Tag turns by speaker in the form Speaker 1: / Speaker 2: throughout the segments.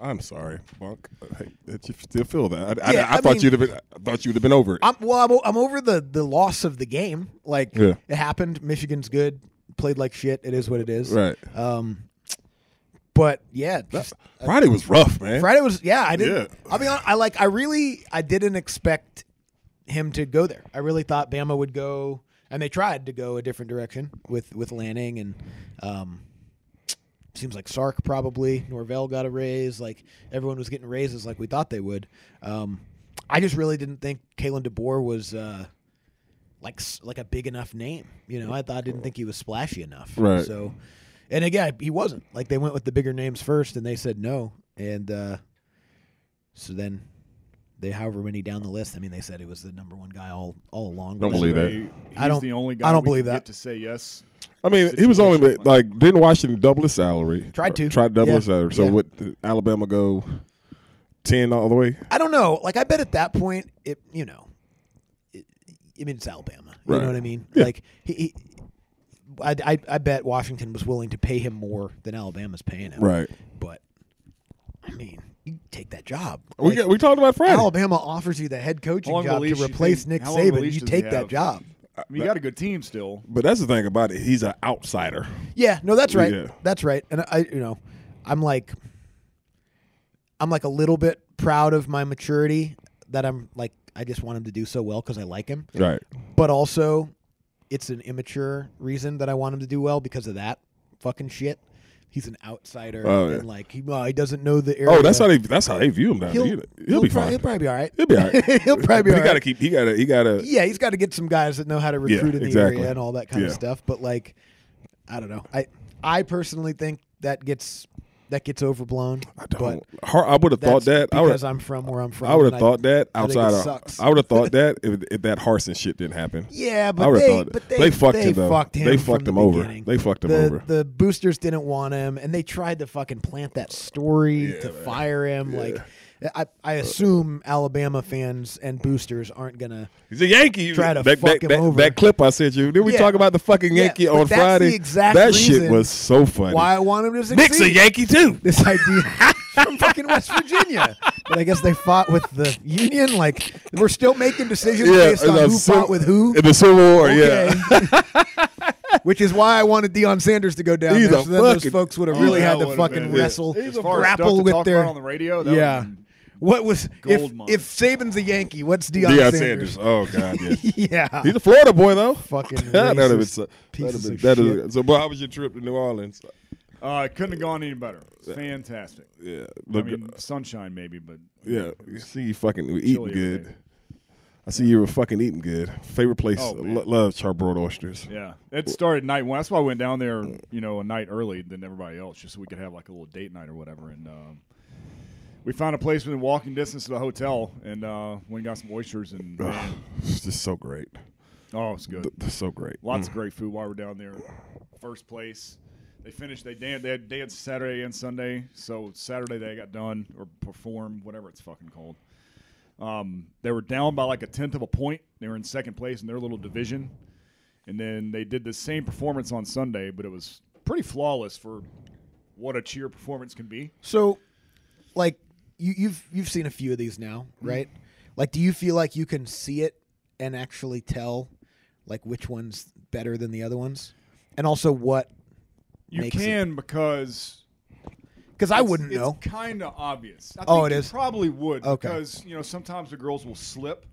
Speaker 1: I'm sorry, Bunk. That you still feel that? I, yeah, I, I, I thought mean, you'd have been. I thought you'd have been over it.
Speaker 2: I'm, well, I'm, I'm, over the the loss of the game. Like yeah. it happened. Michigan's good. Played like shit. It is what it is.
Speaker 1: Right.
Speaker 2: Um. But yeah, just,
Speaker 1: that, Friday uh, was rough, man.
Speaker 2: Friday was yeah. I didn't. Yeah. I mean, I like. I really. I didn't expect him to go there. I really thought Bama would go, and they tried to go a different direction with with Lanning and. Um, seems like Sark probably Norvell got a raise. Like everyone was getting raises, like we thought they would. Um, I just really didn't think Kalen DeBoer was uh, like like a big enough name. You know, I thought I didn't think he was splashy enough.
Speaker 1: Right.
Speaker 2: So, and again, he wasn't. Like they went with the bigger names first, and they said no, and uh, so then they however many down the list. I mean, they said it was the number one guy all all along.
Speaker 1: Don't believe that.
Speaker 3: He's
Speaker 2: I don't.
Speaker 3: The only guy
Speaker 2: I don't believe that.
Speaker 3: to say yes.
Speaker 1: I mean, he was only like, like didn't Washington double his salary?
Speaker 2: Tried to.
Speaker 1: Tried double
Speaker 2: yeah.
Speaker 1: his salary. So
Speaker 2: yeah.
Speaker 1: would Alabama go ten all the way?
Speaker 2: I don't know. Like I bet at that point, it you know, it, I mean it's Alabama. You
Speaker 1: right.
Speaker 2: know what I mean?
Speaker 1: Yeah.
Speaker 2: Like he, he I, I, I bet Washington was willing to pay him more than Alabama's paying him.
Speaker 1: Right.
Speaker 2: But I mean, you take that job.
Speaker 1: We,
Speaker 2: like,
Speaker 1: got, we talked about Friday.
Speaker 2: Alabama offers you the head coaching job to replace
Speaker 3: think,
Speaker 2: Nick
Speaker 3: how long
Speaker 2: Saban.
Speaker 3: leash
Speaker 2: You
Speaker 3: does
Speaker 2: take
Speaker 3: he
Speaker 2: that
Speaker 3: have?
Speaker 2: job.
Speaker 3: I mean, you got a good team still.
Speaker 1: But that's the thing about it. He's an outsider.
Speaker 2: Yeah, no, that's right.
Speaker 1: Yeah.
Speaker 2: That's right. And I, you know, I'm like, I'm like a little bit proud of my maturity that I'm like, I just want him to do so well because I like him.
Speaker 1: Right.
Speaker 2: But also, it's an immature reason that I want him to do well because of that fucking shit. He's an outsider,
Speaker 1: Oh, yeah.
Speaker 2: and like he, well, he doesn't know the area.
Speaker 1: Oh, that's how they. That's how they view him now.
Speaker 2: He'll,
Speaker 1: He'll, he'll, be
Speaker 2: prob-
Speaker 1: fine.
Speaker 2: He'll probably be all right.
Speaker 1: He'll be all right.
Speaker 2: he'll probably be
Speaker 1: But
Speaker 2: all
Speaker 1: he got to
Speaker 2: right.
Speaker 1: keep. He got to. He got to.
Speaker 2: yeah, he's got to get some guys that know how to
Speaker 1: Yeah,
Speaker 2: recruit in the
Speaker 1: exactly.
Speaker 2: area and all that kind of
Speaker 1: Yeah.
Speaker 2: stuff. But like, I don't know. I I personally think that gets that gets overblown.
Speaker 1: I
Speaker 2: But
Speaker 1: don't. Har- I would have thought
Speaker 2: that's
Speaker 1: that. I
Speaker 2: because
Speaker 1: would.
Speaker 2: I'm from where I'm from.
Speaker 1: I would have
Speaker 2: and
Speaker 1: thought that
Speaker 2: I think it
Speaker 1: outside.
Speaker 2: sucks.
Speaker 1: Of, I would have thought that if, if that Harson shit didn't happen.
Speaker 2: Yeah,
Speaker 1: I
Speaker 2: but
Speaker 1: would've
Speaker 2: they,
Speaker 1: thought it.
Speaker 2: but they,
Speaker 1: They fucked
Speaker 2: they
Speaker 1: him, though.
Speaker 2: Fucked him
Speaker 1: They fucked
Speaker 2: from
Speaker 1: him
Speaker 2: the
Speaker 1: over.
Speaker 2: beginning.
Speaker 1: They fucked him
Speaker 2: the,
Speaker 1: over.
Speaker 2: The boosters didn't want him, and they tried to fucking plant that story to fire him. Like, I, I assume Alabama fans and boosters aren't gonna.
Speaker 1: He's a Yankee.
Speaker 2: Try to
Speaker 1: that,
Speaker 2: fuck
Speaker 1: that,
Speaker 2: him
Speaker 1: that,
Speaker 2: over.
Speaker 1: that clip I sent you. Did we
Speaker 2: Yeah.
Speaker 1: talk about the fucking
Speaker 2: Yeah,
Speaker 1: Yankee
Speaker 2: but
Speaker 1: on
Speaker 2: that's the
Speaker 1: Friday?
Speaker 2: exact
Speaker 1: that shit
Speaker 2: reason
Speaker 1: was so funny.
Speaker 2: Why I want him to succeed.
Speaker 1: Nick's a Yankee too.
Speaker 2: this idea from fucking West Virginia. But I guess they fought with the Union. Like we're still making decisions based
Speaker 1: in
Speaker 2: on
Speaker 1: the
Speaker 2: who
Speaker 1: Civil-
Speaker 2: fought with who.
Speaker 1: in the Civil War? Yeah.
Speaker 2: Okay. Which is why I wanted Deion Sanders to go down
Speaker 1: He's
Speaker 2: there.
Speaker 1: a
Speaker 2: So then those
Speaker 1: fucking-
Speaker 2: folks would have
Speaker 1: Oh,
Speaker 2: really
Speaker 1: that
Speaker 2: had to
Speaker 3: would've
Speaker 2: fucking
Speaker 3: been-
Speaker 2: wrestle,
Speaker 3: As far as stuff
Speaker 2: grapple
Speaker 3: to
Speaker 2: with
Speaker 3: talk
Speaker 2: their
Speaker 3: about on the radio. That
Speaker 2: yeah.
Speaker 3: would've been-
Speaker 2: What was if,
Speaker 3: gold mine.
Speaker 2: if Saban's a Yankee? What's Deion,
Speaker 1: Deion
Speaker 2: Sanders?
Speaker 1: Sanders. Oh god, yeah.
Speaker 2: yeah,
Speaker 1: He's a Florida boy though.
Speaker 2: fucking
Speaker 1: That'd have been
Speaker 2: racist
Speaker 1: so- that'd have
Speaker 2: pieces of
Speaker 1: been-
Speaker 2: shit.
Speaker 1: that'd have- So, boy, how was your trip to New Orleans?
Speaker 3: Uh, it couldn't have gone any better. Fantastic.
Speaker 1: Yeah,
Speaker 3: I
Speaker 1: look,
Speaker 3: mean, sunshine maybe, but
Speaker 1: yeah. You see, you fucking were
Speaker 3: Chili
Speaker 1: eating
Speaker 3: every
Speaker 1: good.
Speaker 3: day.
Speaker 1: I see you were fucking eating good. Favorite place?
Speaker 3: Oh,
Speaker 1: lo-
Speaker 3: man.
Speaker 1: love charbroiled oysters.
Speaker 3: yeah, it started night one. That's why I went down there, you know, a night early than everybody else, just so we could have like a little date night or whatever. And um, we found a place within walking distance of the hotel, and uh, we got some oysters and man,
Speaker 1: It's just so great.
Speaker 3: oh, it's good.
Speaker 1: Th- They're so great.
Speaker 3: Lots of great food while we're down there. First place. They finished. They dan- They had danced Saturday and Sunday. So Saturday they got done or performed, whatever it's fucking called. Um, they were down by like a tenth of a point. They were in second place in their little division, and then they did the same performance on Sunday, but it was pretty flawless for what a cheer performance can be.
Speaker 2: So, like you, you've you've seen a few of these now, right? Like, do you feel like you can see it and actually tell, like which one's better than the other ones, and also what
Speaker 3: You
Speaker 2: makes
Speaker 3: can because
Speaker 2: it? Because I wouldn't
Speaker 3: it's
Speaker 2: know.
Speaker 3: kind of obvious. I
Speaker 2: Oh,
Speaker 3: think
Speaker 2: it
Speaker 3: you
Speaker 2: is?
Speaker 3: Probably would
Speaker 2: Okay.
Speaker 3: because you know sometimes the girls will slip.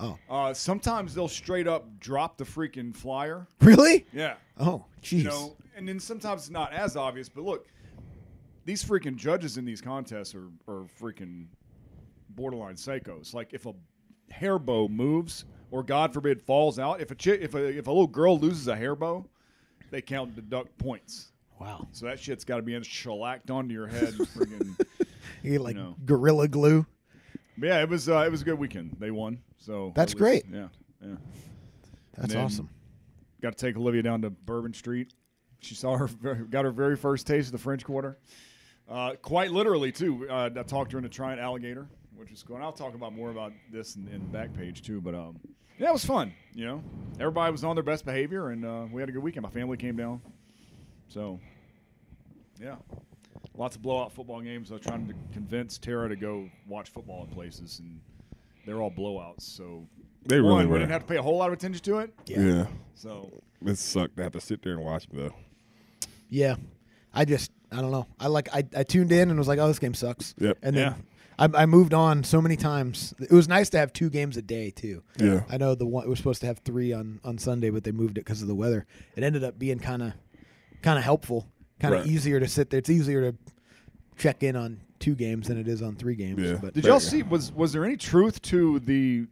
Speaker 3: Oh. Uh, sometimes they'll straight up drop the freaking flyer.
Speaker 2: Really?
Speaker 3: Yeah.
Speaker 2: Oh, jeez.
Speaker 3: You know, and then sometimes it's not as obvious, but look, these freaking judges in these contests are, are freaking borderline psychos. Like if a hair bow moves or God forbid falls out, if a chick, if a if a little girl loses a hair bow, they count deduct points.
Speaker 2: Wow.
Speaker 3: So that shit's got to be shellacked onto your head. Freaking.
Speaker 2: You get, like
Speaker 3: know.
Speaker 2: gorilla glue.
Speaker 3: But yeah, it was uh, it was a good weekend. They won, so at
Speaker 2: That's great.
Speaker 3: Yeah, yeah.
Speaker 2: That's
Speaker 3: then-
Speaker 2: awesome.
Speaker 3: Got to take Olivia down to Bourbon Street. She saw her, very- got her very first taste of the French Quarter. Uh, quite literally, too. Uh, I talked her into trying alligator, which is cool. And I'll talk about more about this in, in the back page too. But um, yeah, it was fun. You know, everybody was on their best behavior, and uh, we had a good weekend. My family came down, so yeah, lots of blowout football games. I was trying to convince Tara to go watch football at places, and they're all blowouts. So
Speaker 1: They really
Speaker 3: one,
Speaker 1: were.
Speaker 3: we didn't have to pay a whole lot of attention to it.
Speaker 1: Yeah.
Speaker 3: So
Speaker 1: It Mm. sucked to have to sit there and watch though.
Speaker 2: Yeah. I just I don't know. I like I, I tuned in and was like, oh, this game sucks.
Speaker 1: Yep.
Speaker 2: And then
Speaker 3: Yeah.
Speaker 2: I, I moved on so many times. It was nice to have two games a day too.
Speaker 1: Yeah.
Speaker 2: I know the one we're supposed to have three on on Sunday, but they moved it because of the weather. It ended up being kind of kind of helpful, kind of
Speaker 1: Right.
Speaker 2: easier to sit there. It's easier to check in on two games than it is on three games.
Speaker 1: Yeah.
Speaker 2: But
Speaker 3: Did y'all see? Was was there any truth to the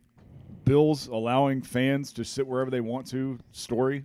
Speaker 3: Bills allowing fans to sit wherever they want to story?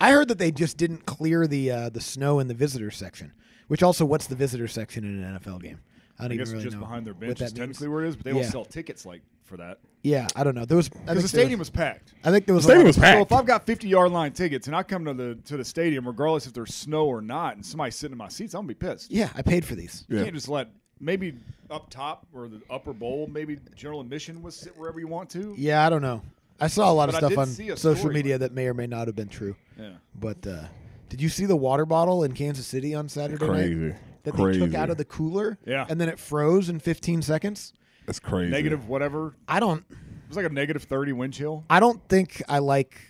Speaker 2: I heard that they just didn't clear the uh, the snow in the visitor section. Which also, what's the visitor section in an NFL game? I don't
Speaker 3: I
Speaker 2: even
Speaker 3: guess
Speaker 2: really
Speaker 3: just
Speaker 2: know
Speaker 3: behind their
Speaker 2: what
Speaker 3: bench
Speaker 2: that
Speaker 3: is
Speaker 2: means.
Speaker 3: technically where it is, but they
Speaker 2: Yeah.
Speaker 3: don't sell tickets like for that
Speaker 2: Yeah, I don't know. There was I
Speaker 3: because
Speaker 2: think
Speaker 3: the
Speaker 2: there
Speaker 3: stadium was packed.
Speaker 2: I think there was. a
Speaker 1: stadium
Speaker 2: lot-
Speaker 1: was packed.
Speaker 3: So if I've got fifty yard line tickets and I come to the to the stadium, regardless if there's snow or not, and somebody's sitting in my seats, I'm gonna be pissed.
Speaker 2: Yeah, I paid for these.
Speaker 3: You
Speaker 1: Yeah.
Speaker 3: can't just let maybe up top or the upper bowl, maybe general admission was sit wherever you want to.
Speaker 2: Yeah, I don't know. I saw a lot
Speaker 3: But I
Speaker 2: of
Speaker 3: did
Speaker 2: stuff on
Speaker 3: see a
Speaker 2: social
Speaker 3: story
Speaker 2: media
Speaker 3: like-
Speaker 2: that may or may not have been true.
Speaker 3: Yeah.
Speaker 2: But uh, did you see the water bottle in Kansas City on Saturday
Speaker 1: Crazy.
Speaker 2: night that they took
Speaker 1: Crazy.
Speaker 2: out of the cooler?
Speaker 3: Yeah.
Speaker 2: and then it froze in 15 seconds.
Speaker 1: That's crazy.
Speaker 3: Negative whatever.
Speaker 2: I don't.
Speaker 3: It was like a negative thirty wind chill.
Speaker 2: I don't think I like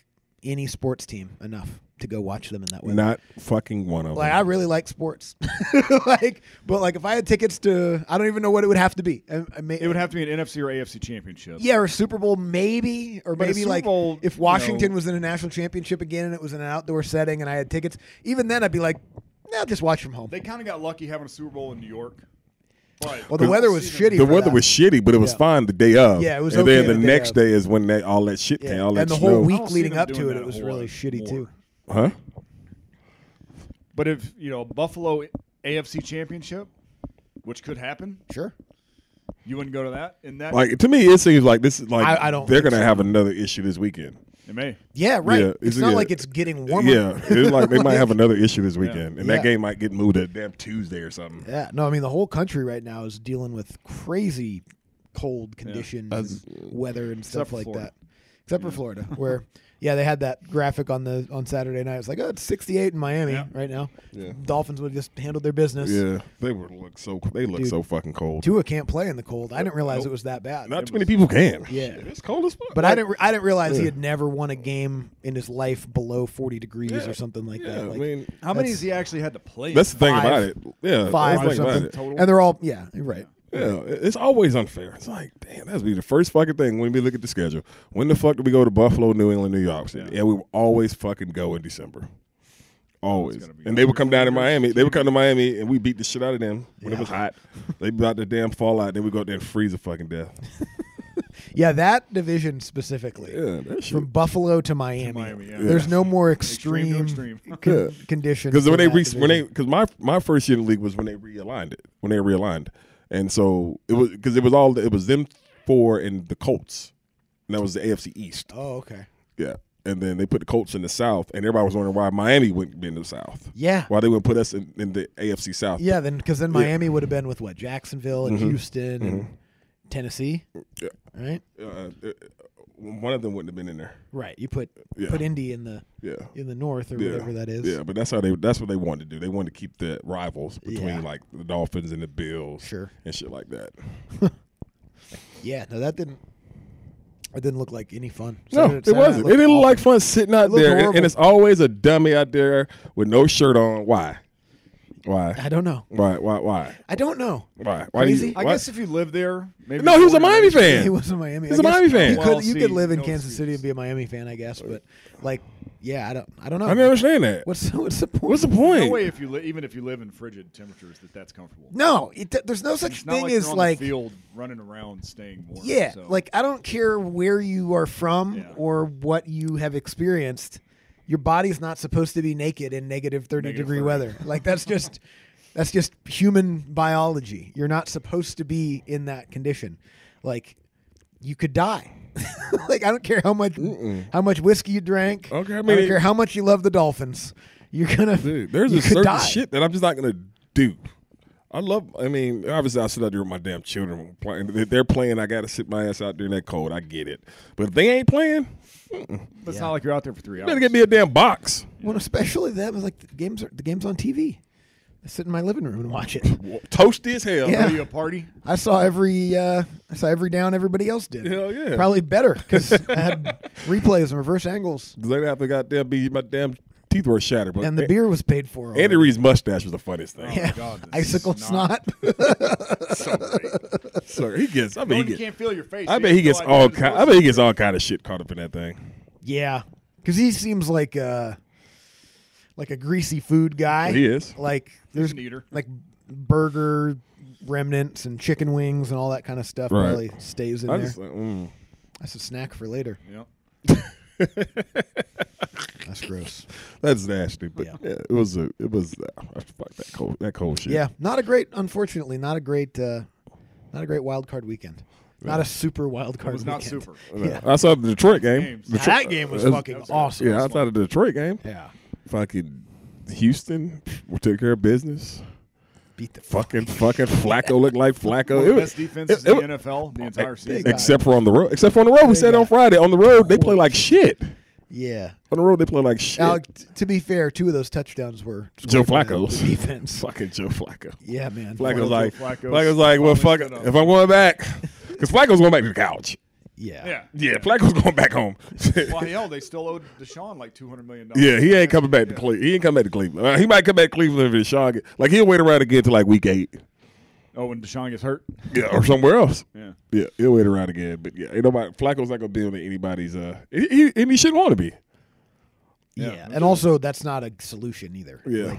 Speaker 2: any sports team enough to go watch them in that way.
Speaker 1: Not fucking one of
Speaker 2: Like I
Speaker 1: them.
Speaker 2: really like sports, like but like if I had tickets to, I don't even know what it would have to be. I, I may,
Speaker 3: It would have to be an NFC or AFC championship.
Speaker 2: Yeah, or Super Bowl maybe, or
Speaker 3: But a
Speaker 2: maybe
Speaker 3: Super
Speaker 2: like
Speaker 3: Bowl,
Speaker 2: if
Speaker 3: you
Speaker 2: Washington
Speaker 3: know-
Speaker 2: was in a national championship again and it was in an outdoor setting and I had tickets. Even then, I'd be like, nah, just watch from home.
Speaker 3: They kind of got lucky having a Super Bowl in New York. But
Speaker 2: well, the weather was shitty.
Speaker 1: the
Speaker 2: for
Speaker 1: weather
Speaker 2: that.
Speaker 1: was shitty, but it was
Speaker 2: Yeah.
Speaker 1: fine the day of.
Speaker 2: Yeah, it was
Speaker 1: And
Speaker 2: okay
Speaker 1: then the,
Speaker 2: the day
Speaker 1: next
Speaker 2: of.
Speaker 1: day is when they all that shit came.
Speaker 2: yeah.
Speaker 1: All that
Speaker 2: and the
Speaker 1: snow.
Speaker 2: whole
Speaker 3: I don't
Speaker 2: week
Speaker 3: see
Speaker 2: leading
Speaker 3: them
Speaker 2: up
Speaker 3: doing
Speaker 2: to it,
Speaker 3: that a
Speaker 2: it was
Speaker 3: whole
Speaker 2: really
Speaker 3: lot
Speaker 2: shitty
Speaker 3: more.
Speaker 2: too.
Speaker 1: Huh?
Speaker 3: But if you know Buffalo AFC Championship, which could happen,
Speaker 2: Sure.
Speaker 3: you wouldn't go to that. And that
Speaker 1: Like to me, it seems like this is like
Speaker 2: I- I don't
Speaker 1: they're
Speaker 2: think
Speaker 1: gonna
Speaker 2: so.
Speaker 1: have another issue this weekend.
Speaker 3: it may.
Speaker 2: Yeah, right.
Speaker 1: Yeah,
Speaker 2: it's,
Speaker 1: it's-
Speaker 2: not
Speaker 1: yeah.
Speaker 2: like it's getting warmer.
Speaker 1: Yeah, it's like they might have another issue this weekend, and
Speaker 2: Yeah.
Speaker 1: that game might get moved to damn Tuesday or something.
Speaker 2: Yeah. No, I mean the whole country right now is dealing with crazy cold conditions, and weather, and stuff
Speaker 3: for
Speaker 2: like
Speaker 3: Florida.
Speaker 2: that. Except for Florida, where yeah, they had that graphic on the on Saturday night. It's like oh, it's 68 in Miami
Speaker 3: Yeah.
Speaker 2: right now.
Speaker 1: Yeah.
Speaker 2: Dolphins would have just handled their business.
Speaker 1: Yeah, they were look so they look
Speaker 2: Dude.
Speaker 1: so fucking cold.
Speaker 2: Tua can't play in the cold. I didn't realize it was that bad.
Speaker 1: Not too many people can.
Speaker 2: Yeah.
Speaker 1: it's cold as fuck.
Speaker 2: but I didn't. Re- I didn't realize he had never won a game in his life below 40 degrees or something like
Speaker 1: Yeah,
Speaker 2: that. Like
Speaker 1: I mean
Speaker 3: How many
Speaker 2: That's-
Speaker 3: has he actually had to play?
Speaker 1: that's the thing
Speaker 2: five-
Speaker 1: about it. Yeah,
Speaker 2: five or
Speaker 1: that's the thing about
Speaker 2: something.
Speaker 1: it.
Speaker 3: Total?
Speaker 2: And they're all yeah, you're right.
Speaker 1: Yeah, it- it's always unfair. It's like, damn, that's be the first fucking thing when we look at the schedule. When the fuck do we go to Buffalo, New England, New York? Yeah, we will always fucking go in December. Always.
Speaker 3: gonna be-
Speaker 1: And they would come down to Miami. They would come to Miami and we beat the shit out of them when it was hot. They'd be out the damn fallout. Then we go out there and freeze a fucking death.
Speaker 2: Yeah, that division specifically.
Speaker 1: Yeah, that shit.
Speaker 2: From Buffalo to Miami,
Speaker 3: Miami, yeah.
Speaker 2: there's no more
Speaker 3: Extreme
Speaker 2: extreme,
Speaker 3: to
Speaker 2: con- conditions.
Speaker 1: Because
Speaker 2: in
Speaker 1: when they
Speaker 2: that
Speaker 1: re- when they
Speaker 2: division.
Speaker 1: because my my first year in the league was when they realigned it when they realigned, and so it was because it was all it was them four and the Colts, and that was the AFC East.
Speaker 2: oh okay,
Speaker 1: Yeah, and then they put the Colts in the South, and everybody was wondering why Miami wouldn't be in the South.
Speaker 2: Yeah.
Speaker 1: why they wouldn't put us in, in the AFC South.
Speaker 2: yeah, then because then Miami would have been with what Jacksonville and Houston and Tennessee,
Speaker 1: Mm-hmm. Yeah.
Speaker 2: right?
Speaker 1: Uh, uh, uh, one of them wouldn't have been in there.
Speaker 2: Right. You put
Speaker 1: Yeah.
Speaker 2: put Indy in the
Speaker 1: Yeah.
Speaker 2: in the north or
Speaker 1: Yeah.
Speaker 2: whatever that is.
Speaker 1: Yeah, but that's how they that's what they wanted to do. They wanted to keep the rivals between
Speaker 2: Yeah.
Speaker 1: like the Dolphins and the Bills,
Speaker 2: Sure.
Speaker 1: and shit like that.
Speaker 2: Yeah, no, that didn't. It didn't look like any fun.
Speaker 1: No, it wasn't. It didn't look like fun sitting out
Speaker 2: looked
Speaker 1: there, and-
Speaker 2: horrible.
Speaker 1: and it's always a dummy out there with no shirt on. Why? Why?
Speaker 2: I don't know.
Speaker 1: Why? Why? Why?
Speaker 2: I don't know.
Speaker 1: Why? Why do you-
Speaker 2: Crazy?
Speaker 3: I
Speaker 1: why-
Speaker 3: guess if you live there, maybe
Speaker 1: No, he was a Miami
Speaker 3: Florida-
Speaker 1: fan.
Speaker 2: He was in Miami.
Speaker 1: He's
Speaker 2: I
Speaker 1: a
Speaker 2: guess
Speaker 1: Miami fan.
Speaker 2: You could,
Speaker 3: Well,
Speaker 2: you
Speaker 3: see,
Speaker 2: could live in
Speaker 3: no
Speaker 2: Kansas City
Speaker 3: excuse.
Speaker 2: and be a Miami fan, I guess. But like, yeah, I don't. I don't know.
Speaker 1: I don't understand that. What's,
Speaker 2: What's what's the point?
Speaker 1: the point?
Speaker 3: No way if you li- even if you live in frigid temperatures that that's comfortable.
Speaker 2: No, it, there's no such
Speaker 3: It's not
Speaker 2: thing
Speaker 3: like
Speaker 2: as
Speaker 3: you're on
Speaker 2: like
Speaker 3: the field running around staying warm.
Speaker 2: Yeah,
Speaker 3: so.
Speaker 2: like I don't care where you are from
Speaker 3: Yeah.
Speaker 2: or what you have experienced. Your body's not supposed to be naked in negative thirty
Speaker 3: Negative
Speaker 2: degree
Speaker 3: 30.
Speaker 2: weather. Like that's just that's just human biology. You're not supposed to be in that condition. Like you could die. like I don't care how much how much whiskey you drank.
Speaker 1: Okay, I
Speaker 2: I,
Speaker 1: mean,
Speaker 2: don't
Speaker 1: it-
Speaker 2: care how much you love the dolphins. You're gonna
Speaker 1: Dude, there's
Speaker 2: you
Speaker 1: a
Speaker 2: could
Speaker 1: certain
Speaker 2: die.
Speaker 1: shit that I'm just not gonna do. I love. I mean, obviously, I sit out there with my damn children playing. If they're playing, I gotta sit my ass out there in that cold. I get it. But if they ain't playing,
Speaker 3: But it's not like you're out there for three hours.
Speaker 1: better get me a damn box.
Speaker 2: Well, especially that was like the games are, the games on TV. I sit in my living room and watch it.
Speaker 1: Toasty as hell.
Speaker 2: Yeah.
Speaker 3: Are you a party?
Speaker 2: I saw every uh, I saw every down everybody else did.
Speaker 1: Hell yeah.
Speaker 2: Probably better because I had replays and reverse angles,
Speaker 1: Does that happen? Goddamn, be my damn teeth were shattered. But
Speaker 2: and the beer was paid for.
Speaker 1: Andy Reid's mustache was the funniest thing.
Speaker 2: yeah.
Speaker 3: God, this
Speaker 2: icicle snot.
Speaker 3: snot. So great.
Speaker 1: So he gets. I
Speaker 3: No,
Speaker 1: mean,
Speaker 3: you
Speaker 1: he
Speaker 3: can't
Speaker 1: gets.
Speaker 3: feel your face.
Speaker 1: I
Speaker 3: so
Speaker 1: bet
Speaker 3: you
Speaker 1: he
Speaker 3: have no
Speaker 1: gets
Speaker 3: idea
Speaker 1: all
Speaker 3: what it's
Speaker 1: kind. I
Speaker 3: supposed
Speaker 1: bet he gets all kind of shit caught up in that thing.
Speaker 2: yeah, because he seems like a like a greasy food guy.
Speaker 1: He is.
Speaker 2: Like there's
Speaker 3: an eater.
Speaker 2: like burger remnants and chicken wings and all that kind of stuff.
Speaker 1: Right.
Speaker 2: Probably stays in
Speaker 1: I
Speaker 2: there.
Speaker 1: just like, mm.
Speaker 2: That's a snack for later.
Speaker 3: to be. Yep.
Speaker 2: That's gross.
Speaker 1: That's nasty, but
Speaker 2: Yeah.
Speaker 1: yeah. it was a, it was uh, fuck that cold that cold shit.
Speaker 2: Yeah, not a great. Unfortunately, not a great. Uh, not a great wild card weekend. Not a super wild card.
Speaker 3: was not
Speaker 2: weekend.
Speaker 3: super.
Speaker 2: Yeah.
Speaker 1: uh, I saw the Detroit game.
Speaker 3: Games.
Speaker 2: Now,
Speaker 1: Detroit,
Speaker 2: that game was
Speaker 1: uh,
Speaker 2: fucking awesome.
Speaker 1: yeah, outside of the Detroit game,
Speaker 2: Yeah.
Speaker 1: fucking Houston we took care of business.
Speaker 2: Beat the fuck.
Speaker 1: Fucking fucking Flacco looked like Flacco.
Speaker 3: One
Speaker 1: It
Speaker 3: of the
Speaker 1: was-
Speaker 3: best defenses
Speaker 1: it-
Speaker 3: in
Speaker 1: it
Speaker 3: the
Speaker 1: was-
Speaker 3: NFL the entire season.
Speaker 1: Except for on the road. Except for on the road, we said on Friday on the road they play like shit.
Speaker 2: Yeah.
Speaker 1: On the road they play like shit.
Speaker 2: Now, t- to be fair, two of those touchdowns were
Speaker 1: Joe
Speaker 2: scored by the-
Speaker 1: Flacco's
Speaker 2: the defense.
Speaker 1: Fucking Joe Flacco.
Speaker 2: Yeah, man.
Speaker 1: Flacco's
Speaker 3: Well,
Speaker 1: like
Speaker 3: Joe Flacco's
Speaker 1: Flacco's like well fuck it.
Speaker 3: up.
Speaker 1: if I'm going back because Flacco's going back to the couch.
Speaker 2: Yeah.
Speaker 3: yeah.
Speaker 1: Yeah, Flacco's going back home.
Speaker 3: Well, hell, they still owed Deshaun like two hundred million dollars.
Speaker 1: Yeah, he ain't coming back to Cleveland. He ain't coming back to Cleveland. Uh, he might come back to Cleveland if Deshaun get, like he'll wait around again till like week eight,
Speaker 3: Oh, when Deshaun gets hurt.
Speaker 1: yeah, or somewhere else.
Speaker 3: Yeah.
Speaker 1: yeah, he'll wait around again. But yeah, ain't nobody. Flacco's not gonna be on anybody's. Uh, he, he, and he shouldn't want to be.
Speaker 2: Yeah. And also, that's not a solution either.
Speaker 1: Yeah.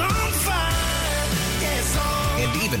Speaker 4: on fire. Yes, all.
Speaker 5: and even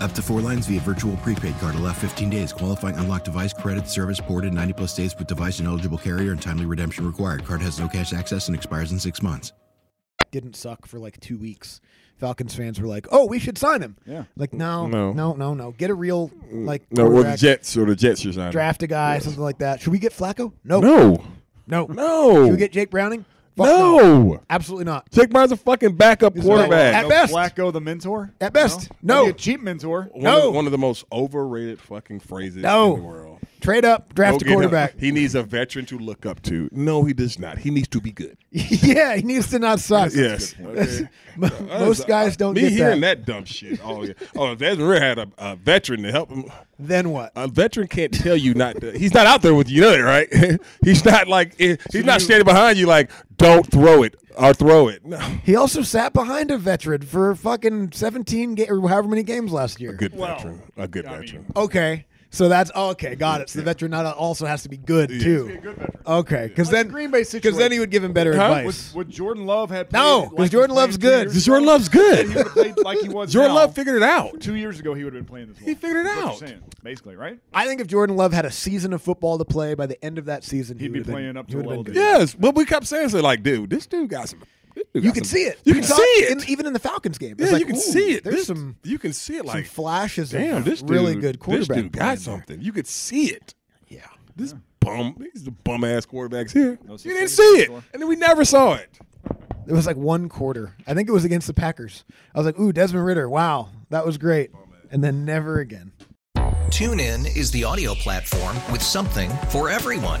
Speaker 6: Up to four lines via virtual prepaid card. Allow 15 days. Qualifying unlocked device credit service ported 90 plus days with device and eligible carrier and timely redemption required. Card has no cash access and expires in six months.
Speaker 2: didn't suck for like two weeks, Falcons fans were like, "Oh, we should sign him."
Speaker 3: Yeah.
Speaker 2: Like no, no,
Speaker 1: No.
Speaker 2: no, no, no. Get a real like
Speaker 1: No, or the
Speaker 2: quarterback,
Speaker 1: Jets or the Jets are signing.
Speaker 2: draft a guy, something like that. Should we get Flacco? No,
Speaker 1: No,
Speaker 2: no,
Speaker 1: no,
Speaker 2: Should we get Jake Browning? Fuck
Speaker 1: no.
Speaker 2: absolutely not.
Speaker 1: Jake Brown's a fucking backup
Speaker 2: At
Speaker 1: quarterback.
Speaker 3: No
Speaker 2: best.
Speaker 3: Flacco the mentor.
Speaker 2: At best.
Speaker 3: no.
Speaker 2: No.
Speaker 3: Maybe a cheap mentor.
Speaker 1: One of the-
Speaker 2: No.
Speaker 1: one of the most overrated fucking phrases
Speaker 2: No.
Speaker 1: in the world.
Speaker 2: Trade up, draft
Speaker 1: Go
Speaker 2: a
Speaker 1: get him.
Speaker 2: quarterback.
Speaker 1: He needs a veteran to look up to. No, he does not. He needs to be good.
Speaker 2: yeah, he needs to not suck.
Speaker 1: Yes.
Speaker 2: That's-
Speaker 1: Okay.
Speaker 2: mo-
Speaker 1: Uh,
Speaker 2: Most guys don't
Speaker 1: me
Speaker 2: get
Speaker 1: hearing
Speaker 2: that.
Speaker 1: that. dumb shit. Oh yeah. Oh, if Ezra Rear had a, a veteran to help him,
Speaker 2: then what?
Speaker 1: A veteran can't tell you not. To, he's not out there with you, know that, right? he's not like he's not standing behind you like don't throw it or throw it. No.
Speaker 2: He also sat behind a veteran for fucking 17 ga- or however many games last year.
Speaker 1: Good veteran. A good veteran.
Speaker 2: Okay. So that's oh, okay. Got it. So the veteran not also has to be good too. Okay, because
Speaker 3: Like
Speaker 2: then
Speaker 3: the Green Bay
Speaker 2: because then he
Speaker 3: situation.
Speaker 2: would give him better
Speaker 3: Huh?
Speaker 2: advice.
Speaker 3: Would, would Jordan Love had played
Speaker 2: No, because
Speaker 3: like
Speaker 2: Jordan
Speaker 3: he played
Speaker 2: Love's
Speaker 3: two
Speaker 2: good.
Speaker 3: years
Speaker 2: Jordan Love's
Speaker 3: He would have played like he was.
Speaker 2: Jordan
Speaker 3: now.
Speaker 2: Love figured it out.
Speaker 3: Two years ago, he would have been playing this. He
Speaker 1: figured it
Speaker 2: out.
Speaker 3: basically, right?
Speaker 2: I think if Jordan Love had a season of football to play by the end of that season,
Speaker 3: He'd
Speaker 2: he
Speaker 3: be
Speaker 2: would've been-
Speaker 3: playing up
Speaker 2: he
Speaker 3: to
Speaker 2: would've
Speaker 3: level
Speaker 2: been good.
Speaker 1: Yes, but we kept saying so like, dude, this dude got some. this dude
Speaker 2: You
Speaker 1: got
Speaker 2: can
Speaker 1: some-
Speaker 2: see it.
Speaker 1: You can
Speaker 2: saw
Speaker 1: see it.
Speaker 2: in- even in the Falcons game. It's
Speaker 1: Yeah,
Speaker 2: like,
Speaker 1: you can
Speaker 2: ooh,
Speaker 1: see it.
Speaker 2: There's
Speaker 1: This-
Speaker 2: some
Speaker 1: you can see it
Speaker 2: some
Speaker 1: like
Speaker 2: flashes.
Speaker 1: Damn,
Speaker 2: of
Speaker 1: this
Speaker 2: really
Speaker 1: dude-
Speaker 2: good quarterback.
Speaker 1: This dude
Speaker 2: play in
Speaker 1: got
Speaker 2: there.
Speaker 1: something. You could see it. Yeah, this bum. These the bum ass quarterbacks here.
Speaker 3: No such
Speaker 1: you
Speaker 3: thing
Speaker 1: didn't
Speaker 3: as
Speaker 1: see it,
Speaker 3: before.
Speaker 1: and then we never saw it.
Speaker 2: It was like one quarter. I think it was against the Packers. I was like, ooh, Desmond Ritter. Wow, that was great. And then never again.
Speaker 5: TuneIn is the audio platform with something for everyone.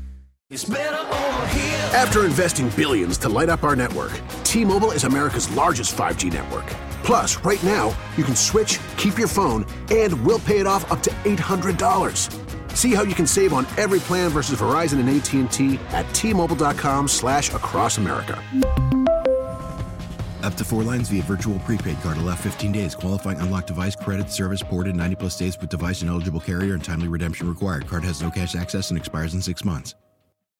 Speaker 4: It's better over here.
Speaker 7: After investing billions to light up our network, T-Mobile is America's largest 5G network. Plus, right now, you can switch, keep your phone, and we'll pay it off up to $800. See how you can save on every plan versus Verizon and AT&T at T-Mobile.com slash across America.
Speaker 6: Up to four lines via virtual prepaid card. Allow 15 days. Qualifying unlocked device credit service ported 90 plus days with device and eligible carrier and timely redemption required. Card has no cash access and expires in six months.